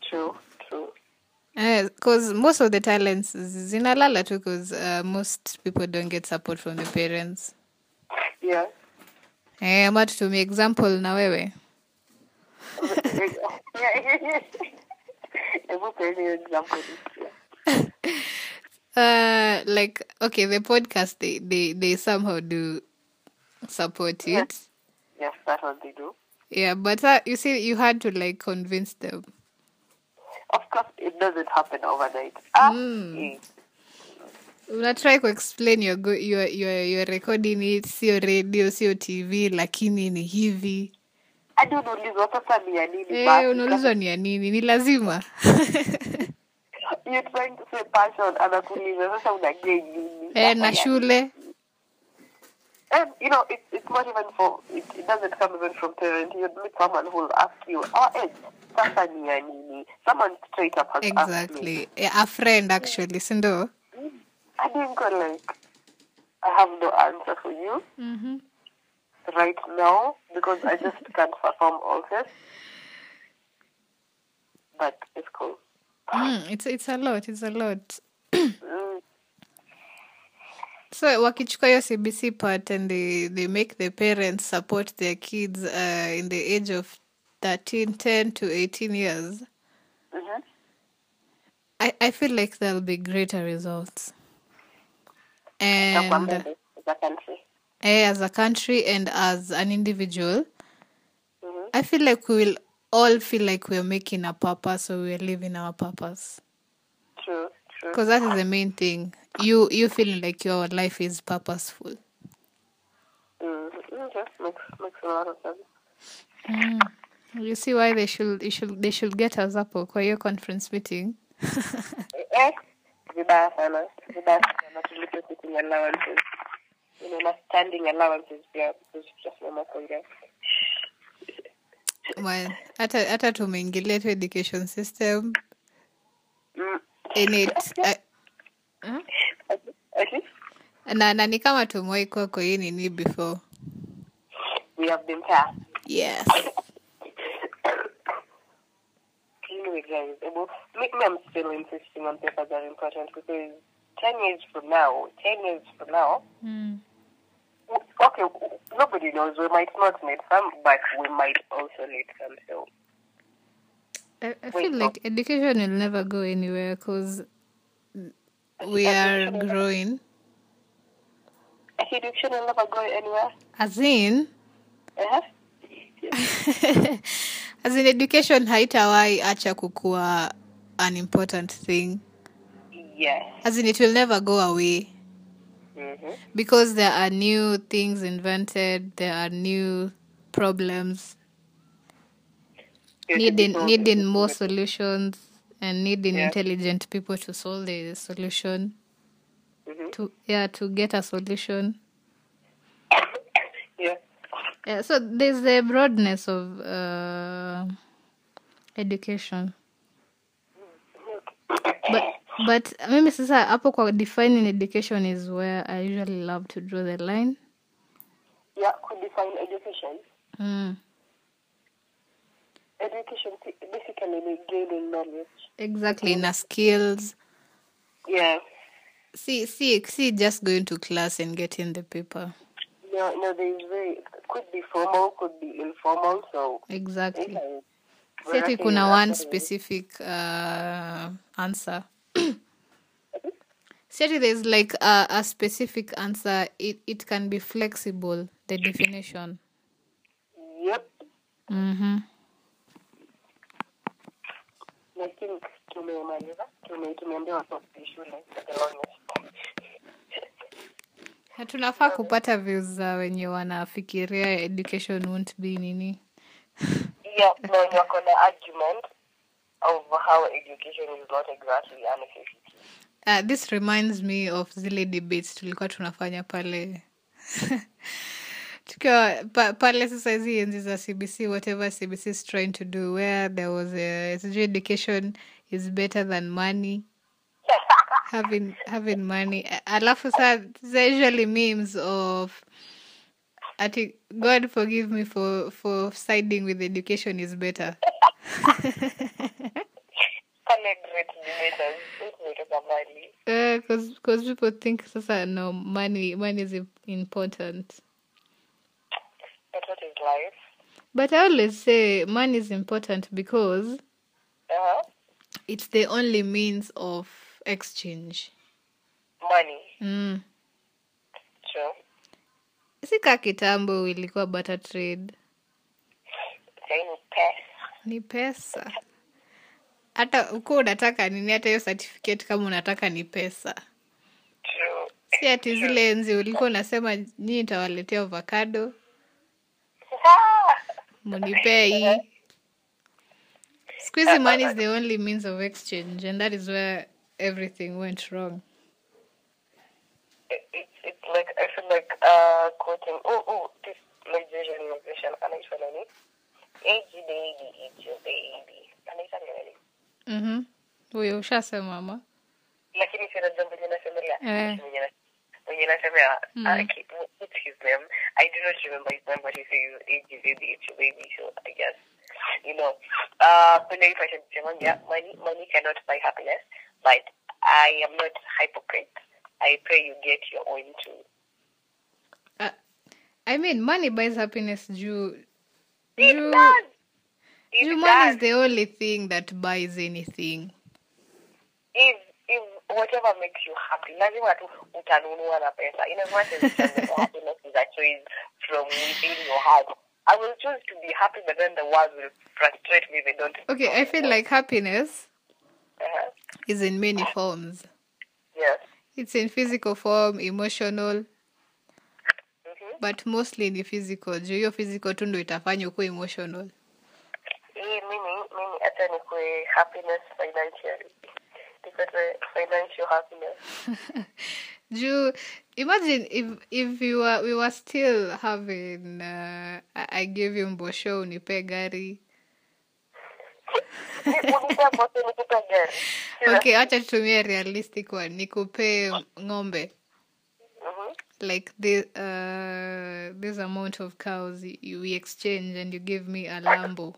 Speaker 1: true true
Speaker 2: Because most of the talents zinalala too because uh, most people don't get support from the parents.
Speaker 1: yeah
Speaker 2: Eh, ama tutumie example na wewe.
Speaker 1: hebu peni example yeah.
Speaker 2: Uh, like okay, the podcast they they they somehow do support
Speaker 1: Yeah.
Speaker 2: it.
Speaker 1: yes that's what they do
Speaker 2: Yeah, but uh, you see, you had to like convince them.
Speaker 1: Of course, it doesn't happen overnight. Ah,
Speaker 2: Mm.
Speaker 1: eh,
Speaker 2: Una try to explain your go your your your recording it, sio radio, sio TV, lakini ni hivi.
Speaker 1: hadi unaulizwa sasa ni ya nini
Speaker 2: Eh,
Speaker 1: basi,
Speaker 2: unaulizwa ni ya nini? Ni lazima.
Speaker 1: kama you're trying to say passion, anakuuliza sasa una gay nini?
Speaker 2: Eh,
Speaker 1: Sasa
Speaker 2: na
Speaker 1: ya-
Speaker 2: shule.
Speaker 1: And, you know, it's, it's not even from, it, it doesn't come even from parents. You meet someone who'll ask you, ah, eh, sasa ni ya nini? Someone straight up has asked me.
Speaker 2: Exactly. Yeah, a friend actually, si ndio?
Speaker 1: I didn't go like, I have no answer for you
Speaker 2: Mhm.
Speaker 1: right now because I just can't perform all this. But it's cool.
Speaker 2: Mm, it's it's a lot, it's a lot.
Speaker 1: Mm.
Speaker 2: So wakichukua hiyo CBC part and they, they make the parents support their kids uh, in the age of 13, 10 to 18 years,
Speaker 1: Mhm.
Speaker 2: I, I feel like there'll be greater results. And
Speaker 1: Nakwambia ni za country.
Speaker 2: eh, as a country and as an individual,
Speaker 1: Mhm.
Speaker 2: I feel like we will all feel like we're making a purpose or we're living our purpose.
Speaker 1: True, true.
Speaker 2: Because that is the main thing. You you feeling like your life is purposeful.
Speaker 1: Mm. Okay, makes makes a lot of sense.
Speaker 2: Mm. You see why they should you should they should get us up kwa hiyo conference meeting.
Speaker 1: Eh, vibaya sana. Vibaya sana tulipe sitting allowances. Unaona standing allowances pia because tutasimama kuongea.
Speaker 2: Man, hata hata tumeingilia tu education system
Speaker 1: Mm.
Speaker 2: in it eh,
Speaker 1: At least
Speaker 2: na, na ni kama tumewahi kuwa kwa hii nini before
Speaker 1: we have been there.
Speaker 2: yes
Speaker 1: Anyway, guys, ebu- me, me, I'm still insisting on papers are important because 10 years from now, 10 years from now,
Speaker 2: mm.
Speaker 1: okay, nobody knows. We might not need some, but we might also need some. So,
Speaker 2: I, I feel like education will never go anywhere because we are growing
Speaker 1: education will never go anywhere.
Speaker 2: as in
Speaker 1: Uh-huh.
Speaker 2: as in education haitawahi acha kukua an important thing.
Speaker 1: Yes.
Speaker 2: As in, it will never go away
Speaker 1: Mm-hmm.
Speaker 2: because there are new things invented, there are new problems, needing, needing more solutions, and needing
Speaker 1: Yeah.
Speaker 2: intelligent people to solve the solution.
Speaker 1: Mhm.
Speaker 2: To yeah, to get a solution.
Speaker 1: Yeah.
Speaker 2: Yeah, so there's the broadness of uh, education. But but mimi sasa hapo kwa defining education is where I usually love to draw the line.
Speaker 1: Yeah, could define education.
Speaker 2: Mm.
Speaker 1: Education t- basically means gaining knowledge.
Speaker 2: Exactly, in our skills.
Speaker 1: Yeah.
Speaker 2: See, see, see, just going to class and getting the paper.
Speaker 1: No, no, there is very, could be formal, could be informal, so. eh,
Speaker 2: Exactly.
Speaker 1: Okay.
Speaker 2: Si ati
Speaker 1: Manake
Speaker 2: Mm. kuna
Speaker 1: inakuwa
Speaker 2: one
Speaker 1: ni-
Speaker 2: specific uh, answer. si ati there's like a, a specific answer. It, it can be flexible, the definition.
Speaker 1: Yep.
Speaker 2: Mm-hmm.
Speaker 1: I think tumemaliza, tume- tumeambia watoto shule. to be honest.
Speaker 2: na tunafaa kupata views za wenye wanafikiria education won't be nini
Speaker 1: Yeah, no, you're going to argument of how education is not exactly a necessity.
Speaker 2: Uh, this reminds me of zile debates tulikuwa tunafanya pale tukiwa pa, pale sasa hizi enzi za cbc whatever cbc is trying to do where there was a sijui education is better than money having having money A- alafu sa they're usually memes of ati god forgive me for for siding with education is better
Speaker 1: Kale great debaters, great debaters are valid.
Speaker 2: because because Eh, people think sasa no money money is im- important
Speaker 1: But what is life?
Speaker 2: but i always say money is important because
Speaker 1: Uh-huh.
Speaker 2: it's the only means of exchange
Speaker 1: Money.
Speaker 2: mm.
Speaker 1: Sure.
Speaker 2: sika kitambo ilikuwa butter trade
Speaker 1: Saini pesa.
Speaker 2: ni pesa hata ukuwa unataka nini hata hiyo certificate kama unataka ni pesa
Speaker 1: True.
Speaker 2: si ati zile enzi ulikuwa unasema nyii nitawaletea avocado munipee hii squeezy money is the only means of exchange and that is where everything went wrong
Speaker 1: It- it's it's like I feel like uh quoting oh oh this Nigerian musician anaitwa nani? Eji baby, eji baby. Anaitwa nani?
Speaker 2: Mhm. huyo ushasema ma
Speaker 1: Lakini sina jambo lenye nasemelea.
Speaker 2: Eh.
Speaker 1: Mwenye na- Ah, mwenye nasemea
Speaker 2: Mm.
Speaker 1: I keep- what's his name? I do not remember his name, but he says eji baby, eji baby. So I guess you know. Uh, kuna hii fashion sema, yeah, money money cannot buy happiness, but I am not hypocrite. I pray you get your own too.
Speaker 2: Ah, i mean money buys happiness juu
Speaker 1: It
Speaker 2: juu
Speaker 1: does. It
Speaker 2: juu money
Speaker 1: does.
Speaker 2: is the only thing that buys anything
Speaker 1: if if whatever makes you happy lazima tu utanunua na pesa in as much as it can be happiness is a choice from within your heart i will choose to be happy but then the world will frustrate me if they don't
Speaker 2: okay i feel like happiness
Speaker 1: uh-huh.
Speaker 2: is in many forms
Speaker 1: yes
Speaker 2: it's in physical form emotional
Speaker 1: mm-hmm.
Speaker 2: but mostly ni physical juu hiyo physical tu ndo itafanya ukuwa emotional
Speaker 1: hii mimi mimi hata nikue happiness financially nipate financial happiness
Speaker 2: juu imagine if if you were, we were still having uh, I, I gave you mbosho unipe gari
Speaker 1: unitamosenikupa gari
Speaker 2: okay wacha tutumie realistic one nikupe ng'ombe
Speaker 1: mm-hmm.
Speaker 2: like the, uh, this amount of cows you, we exchange and you give me a lambo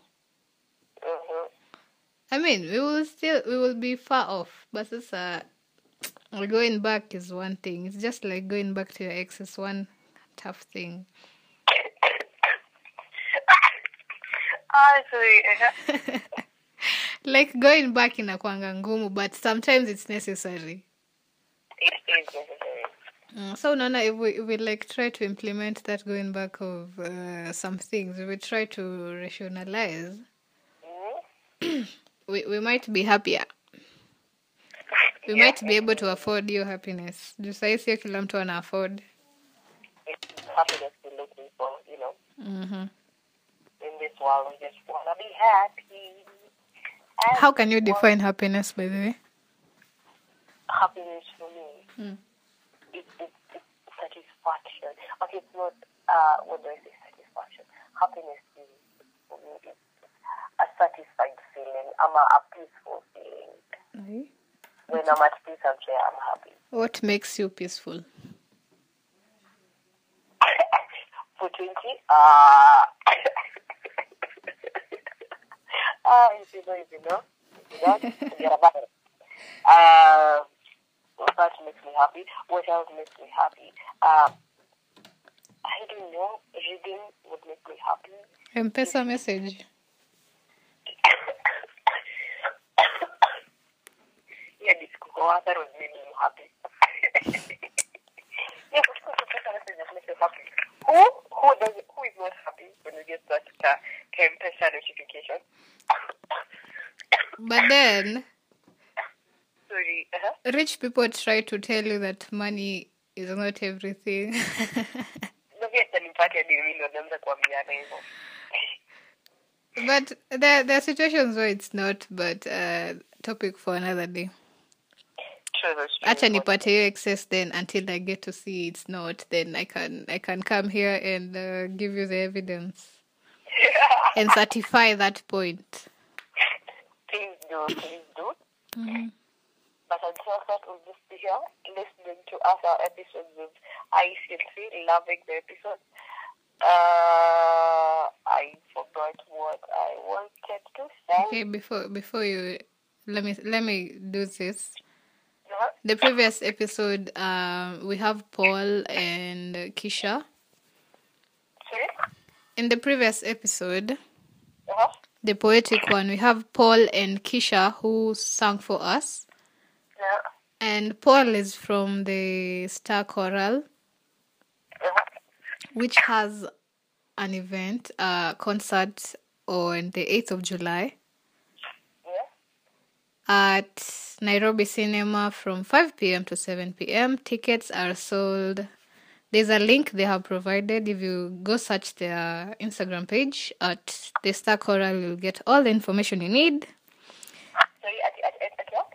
Speaker 1: Mm-hmm.
Speaker 2: i mean we will still we will be far off but sasa going back is one thing it's just like going back to your ex is one tough thing
Speaker 1: ah, sorry. Uh-huh.
Speaker 2: like going back inakwanga ngumu but sometimes it's necessary
Speaker 1: It is necessary.
Speaker 2: Mm, so unaona if we, if we like try to implement that going back of uh, some things if we try to rationalize
Speaker 1: Mm-hmm.
Speaker 2: we, we might be happier we
Speaker 1: Yeah.
Speaker 2: might be able to afford hiyo happiness juu sahii sio kila mtu ana afford
Speaker 1: It's happiness we're looking for, you know.
Speaker 2: Mhm.
Speaker 1: In this world, we just want to be happy. And
Speaker 2: how can you define happiness by the way
Speaker 1: happiness for me,
Speaker 2: Mm.
Speaker 1: it's, it's, it's satisfaction. Okay, it's not, uh, what do I say, satisfaction? Happiness is, for me, it's a satisfied feeling. I'm a, a peaceful feeling.
Speaker 2: Aye.
Speaker 1: When I'm at peace, I'm sure I'm happy.
Speaker 2: what makes you peaceful
Speaker 1: for 20, uh, ah, if you know, if you know, if you don't, forget about it. Uh, that makes me happy. What else makes me happy? Uh, I don't know. Reading would make me happy.
Speaker 2: mpesa message
Speaker 1: yeah, this cocoa that would make me happy. yeah, but cocoa water just makes you happy. Who who does who is not happy when you get that uh, temperature notification?
Speaker 2: but then
Speaker 1: Sorry. Uh-huh.
Speaker 2: rich people try to tell you that money is not everything
Speaker 1: No, yes, and in fact, I didn't mean to kuambia hivyo.
Speaker 2: but there, there are situations where it's not but uh, topic for another day
Speaker 1: True, that's true.
Speaker 2: acha nipate hiyo excess then until i get to see it's not then i can i can come here and uh, give you the evidence and certify that point
Speaker 1: Please do, please do. But until that, we'll just be here listening to other episodes of I Sincerely Loving the Episode. Uh, I forgot what I wanted to say.
Speaker 2: okay before before you let me let me do this
Speaker 1: No?
Speaker 2: the previous episode um we have paul and kisha
Speaker 1: Sorry?
Speaker 2: in the previous episode
Speaker 1: Uh-huh.
Speaker 2: the poetic one we have paul and kisha who sang for us
Speaker 1: No.
Speaker 2: and paul is from the star choral
Speaker 1: Uh-huh.
Speaker 2: which has an event uh concert on the 8th of july
Speaker 1: Yeah.
Speaker 2: at Nairobi Cinema from 5 p.m. to 7 p.m. Tickets are sold. There's a link they have provided. If you go search their Instagram page at the Star Coral, you'll get all the information you need.
Speaker 1: Sorry, at, at, at, at what?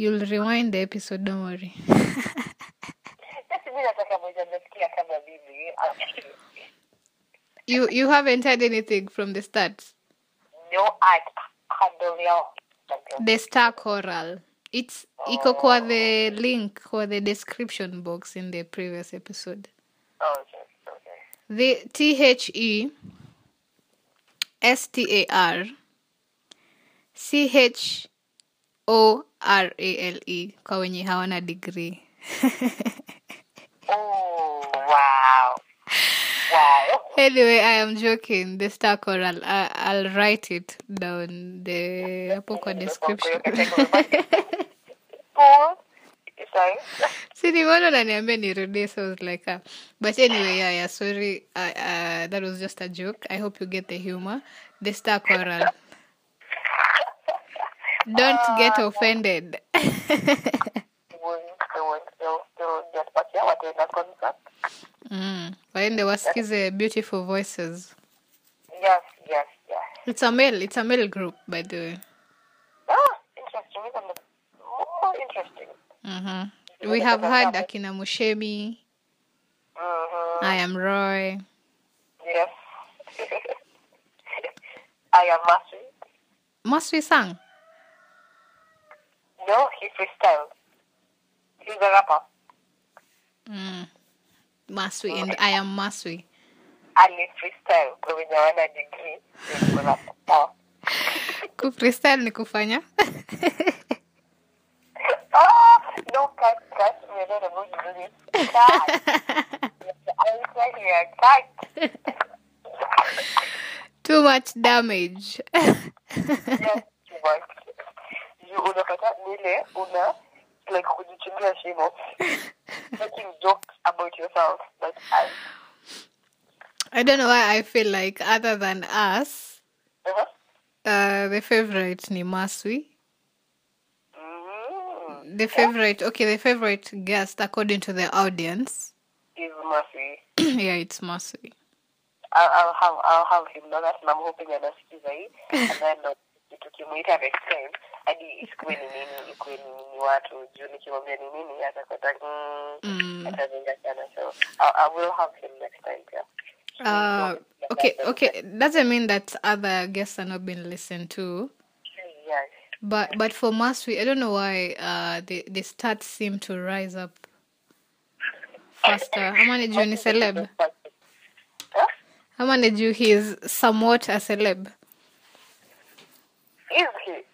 Speaker 2: You'll rewind the episode, don't worry.
Speaker 1: Just mimi nataka moja nasikia kama mimi. Ah,
Speaker 2: you you haven't heard anything from the start.
Speaker 1: No, I handle your...
Speaker 2: The Star Coral. It's iko kwa the link kwa the description box in the previous episode.
Speaker 1: Okay, okay.
Speaker 2: The T H E S T A R C H O R A L E kwa wenye hawana degree.
Speaker 1: Oh, wow. Wow.
Speaker 2: Anyway, I am joking. The star coral. I, I'll write it down the hapo kwa description.
Speaker 1: Paul, sorry.
Speaker 2: si nimeona unaniambia nirudie so I was like ah. but anyway yeah, yeah sorry uh, uh, that was just a joke i hope you get the humor the star coral don't get offended
Speaker 1: Won't, won't, they'll still just watch your whatever concert.
Speaker 2: mm. waende wasikize beautiful voices
Speaker 1: Yes, yes, yes.
Speaker 2: it's a male it's a male group by the way
Speaker 1: Ah, interesting. Even more interesting.
Speaker 2: Mhm. we have had akina mushemi
Speaker 1: Mm-hmm.
Speaker 2: i am roy
Speaker 1: Yes. I am Masri.
Speaker 2: must we sang
Speaker 1: No, he freestyles. He's a rapper.
Speaker 2: mm. maswi and i am maswi
Speaker 1: And he freestyle. Kwa wenye hawana degree, he's a rapper. Oh.
Speaker 2: kufreestyle ni kufanya
Speaker 1: Oh, no, cut, cut. We're not about to do this. Cut. I will tell you, cut.
Speaker 2: too much damage
Speaker 1: Yes, you want. You unapata nile una like kujichimbia shimo making jokes about yourself like I
Speaker 2: i don't know why i feel like other than us
Speaker 1: uh-huh.
Speaker 2: uh, the favorite ni maswi
Speaker 1: mm.
Speaker 2: the favorite okay the favorite guest according to the audience
Speaker 1: is Murphy.
Speaker 2: yeah it's Mercy
Speaker 1: I'll, I'll have I'll have him na that na mhoping anasikiza hii and then ndo tukimuita next time hadi isikuwe ni nini ikuwe ni nini watu juu nikimwambia ni nini atakwenda mm, atazinga sana so I, I will have him next time pia
Speaker 2: uh okay okay doesn't mean that other guests are not being listened to
Speaker 1: yes
Speaker 2: but but for Maswi I don't know why uh the the stats seem to rise up faster ama ni juu ni celeb
Speaker 1: Huh?
Speaker 2: ama ni juu he is somewhat a celeb
Speaker 1: is he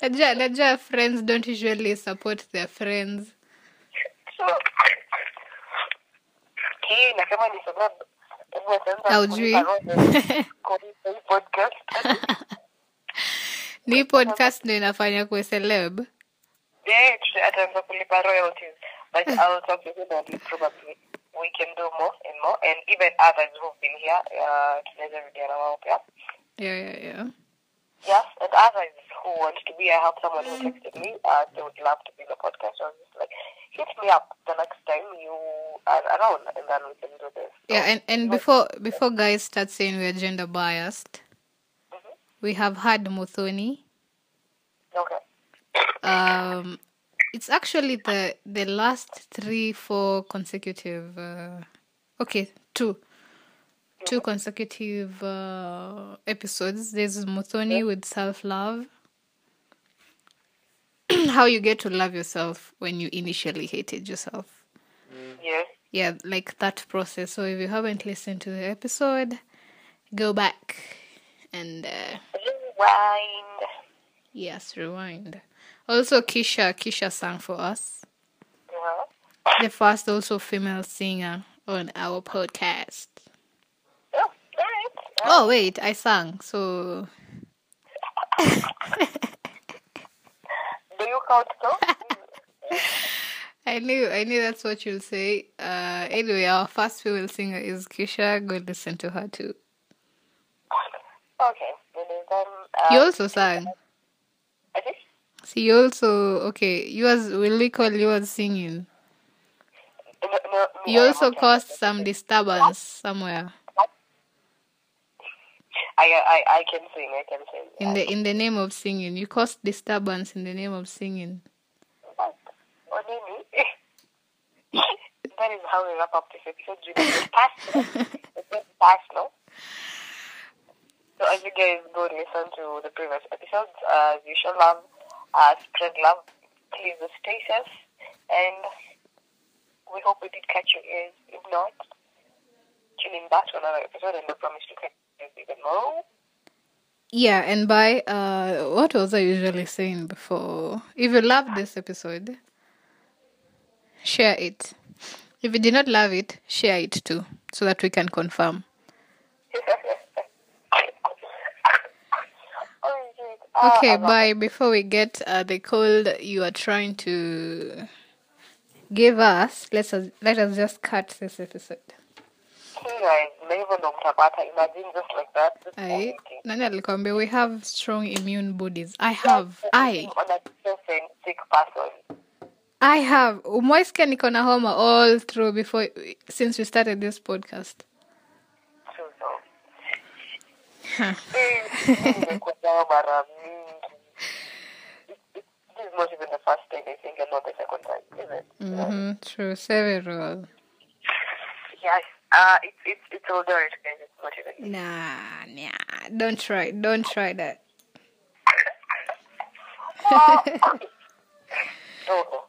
Speaker 2: najua najua friends don't usually support their friends
Speaker 1: so hii nasema ni sababu hebu wataanza
Speaker 2: Haujui.
Speaker 1: kulipa roho kulipa hii podcast
Speaker 2: ni hii podcast ndo inafanya kuwe celeb
Speaker 1: Yeah, ataanza kulipa royalties but I'll talk to him and probably we can do more and more and even others who've been here uh, tunaweza rudia na wao pia
Speaker 2: yeah, yeah, yeah.
Speaker 1: yes and others who want to be I have someone who texted me uh, they would love to be the podcast so I was just like hit me up the next time you are around and then we can do this
Speaker 2: Yeah, and, and before before guys start saying we're gender biased,
Speaker 1: Mhm.
Speaker 2: we have had Muthoni.
Speaker 1: okay
Speaker 2: Um, it's actually the the last three, four consecutive. Uh, okay, two, two consecutive uh, episodes. There's Muthoni with self love. How you get to love yourself when you initially hated yourself
Speaker 1: yes
Speaker 2: yeah, like that process. So if you haven't listened to the episode, go back and uh,
Speaker 1: rewind
Speaker 2: yes, rewind. Also, Kisha Kisha sang for us,
Speaker 1: uh-huh.
Speaker 2: the first also female singer on our podcast.
Speaker 1: oh, all right uh,
Speaker 2: Oh wait, I sang. So
Speaker 1: do you count though
Speaker 2: I knew I knew that's what you'll say. Uh, anyway, our first female singer is Kisha. Go listen to her too.
Speaker 1: okay then um,
Speaker 2: You
Speaker 1: uh,
Speaker 2: also sang.
Speaker 1: I think
Speaker 2: See, you also okay. You was will we call you was singing?
Speaker 1: No, no,
Speaker 2: You
Speaker 1: I
Speaker 2: also
Speaker 1: won't.
Speaker 2: caused some disturbance somewhere
Speaker 1: I, I I can sing. I can sing.
Speaker 2: in the in the name of singing. You caused disturbance in the name of singing.
Speaker 1: But, oh, Nini. that is how we wrap up this episode. You know, it's personal. It's just personal. So as you guys go listen to the previous episodes, uh, you show love, uh, spread love, please stay safe, and we hope we did catch your ears. If not, tune in back to another episode, and we promise to catch you even more.
Speaker 2: Yeah, and by uh, what was I usually saying before? If you loved this episode, share it. If you did not love it, share it too, so that we can confirm.
Speaker 1: Oh, shit. Ah,
Speaker 2: Okay,
Speaker 1: I'm
Speaker 2: bye. Before we get uh, the cold you are trying to give us, let's us, let us just cut this episode.
Speaker 1: Kira is never ndo mtapata. Imagine just like that. Just
Speaker 2: I
Speaker 1: anything.
Speaker 2: nani alikwambia we have strong immune bodies i have i
Speaker 1: On a different sick person.
Speaker 2: i have umoiske niko na homa all through before since we started this podcast
Speaker 1: So, so. Eh, nimekuwa dawa mara mingi. This is not even the first time, I think, and not the second time, is it?
Speaker 2: mm-hmm. true several
Speaker 1: Yes. Uh, it's, it's, it's all dirt, guys. It's not even.
Speaker 2: nah nah don't try don't try that
Speaker 1: Oh,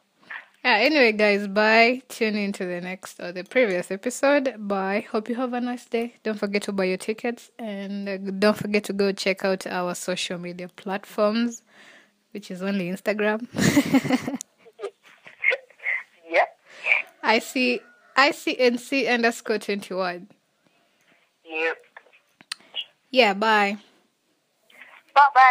Speaker 2: yeah, anyway guys bye tune in to the next or the previous episode bye hope you have a nice day don't forget to buy your tickets and uh, don't forget to go check out our social media platforms which is only instagram
Speaker 1: yeah.
Speaker 2: I see I see NC underscore twenty one.
Speaker 1: Yep.
Speaker 2: Yeah, bye.
Speaker 1: Bye-bye.